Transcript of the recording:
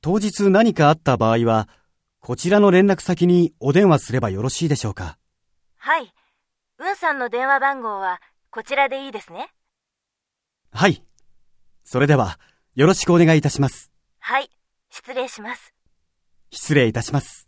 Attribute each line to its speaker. Speaker 1: 当日何かあった場合は、こちらの連絡先にお電話すればよろしいでしょうか。
Speaker 2: はい。うんさんの電話番号はこちらでいいですね。
Speaker 1: はい。それでは、よろしくお願いいたします。
Speaker 2: はい。失礼します。
Speaker 1: 失礼いたします。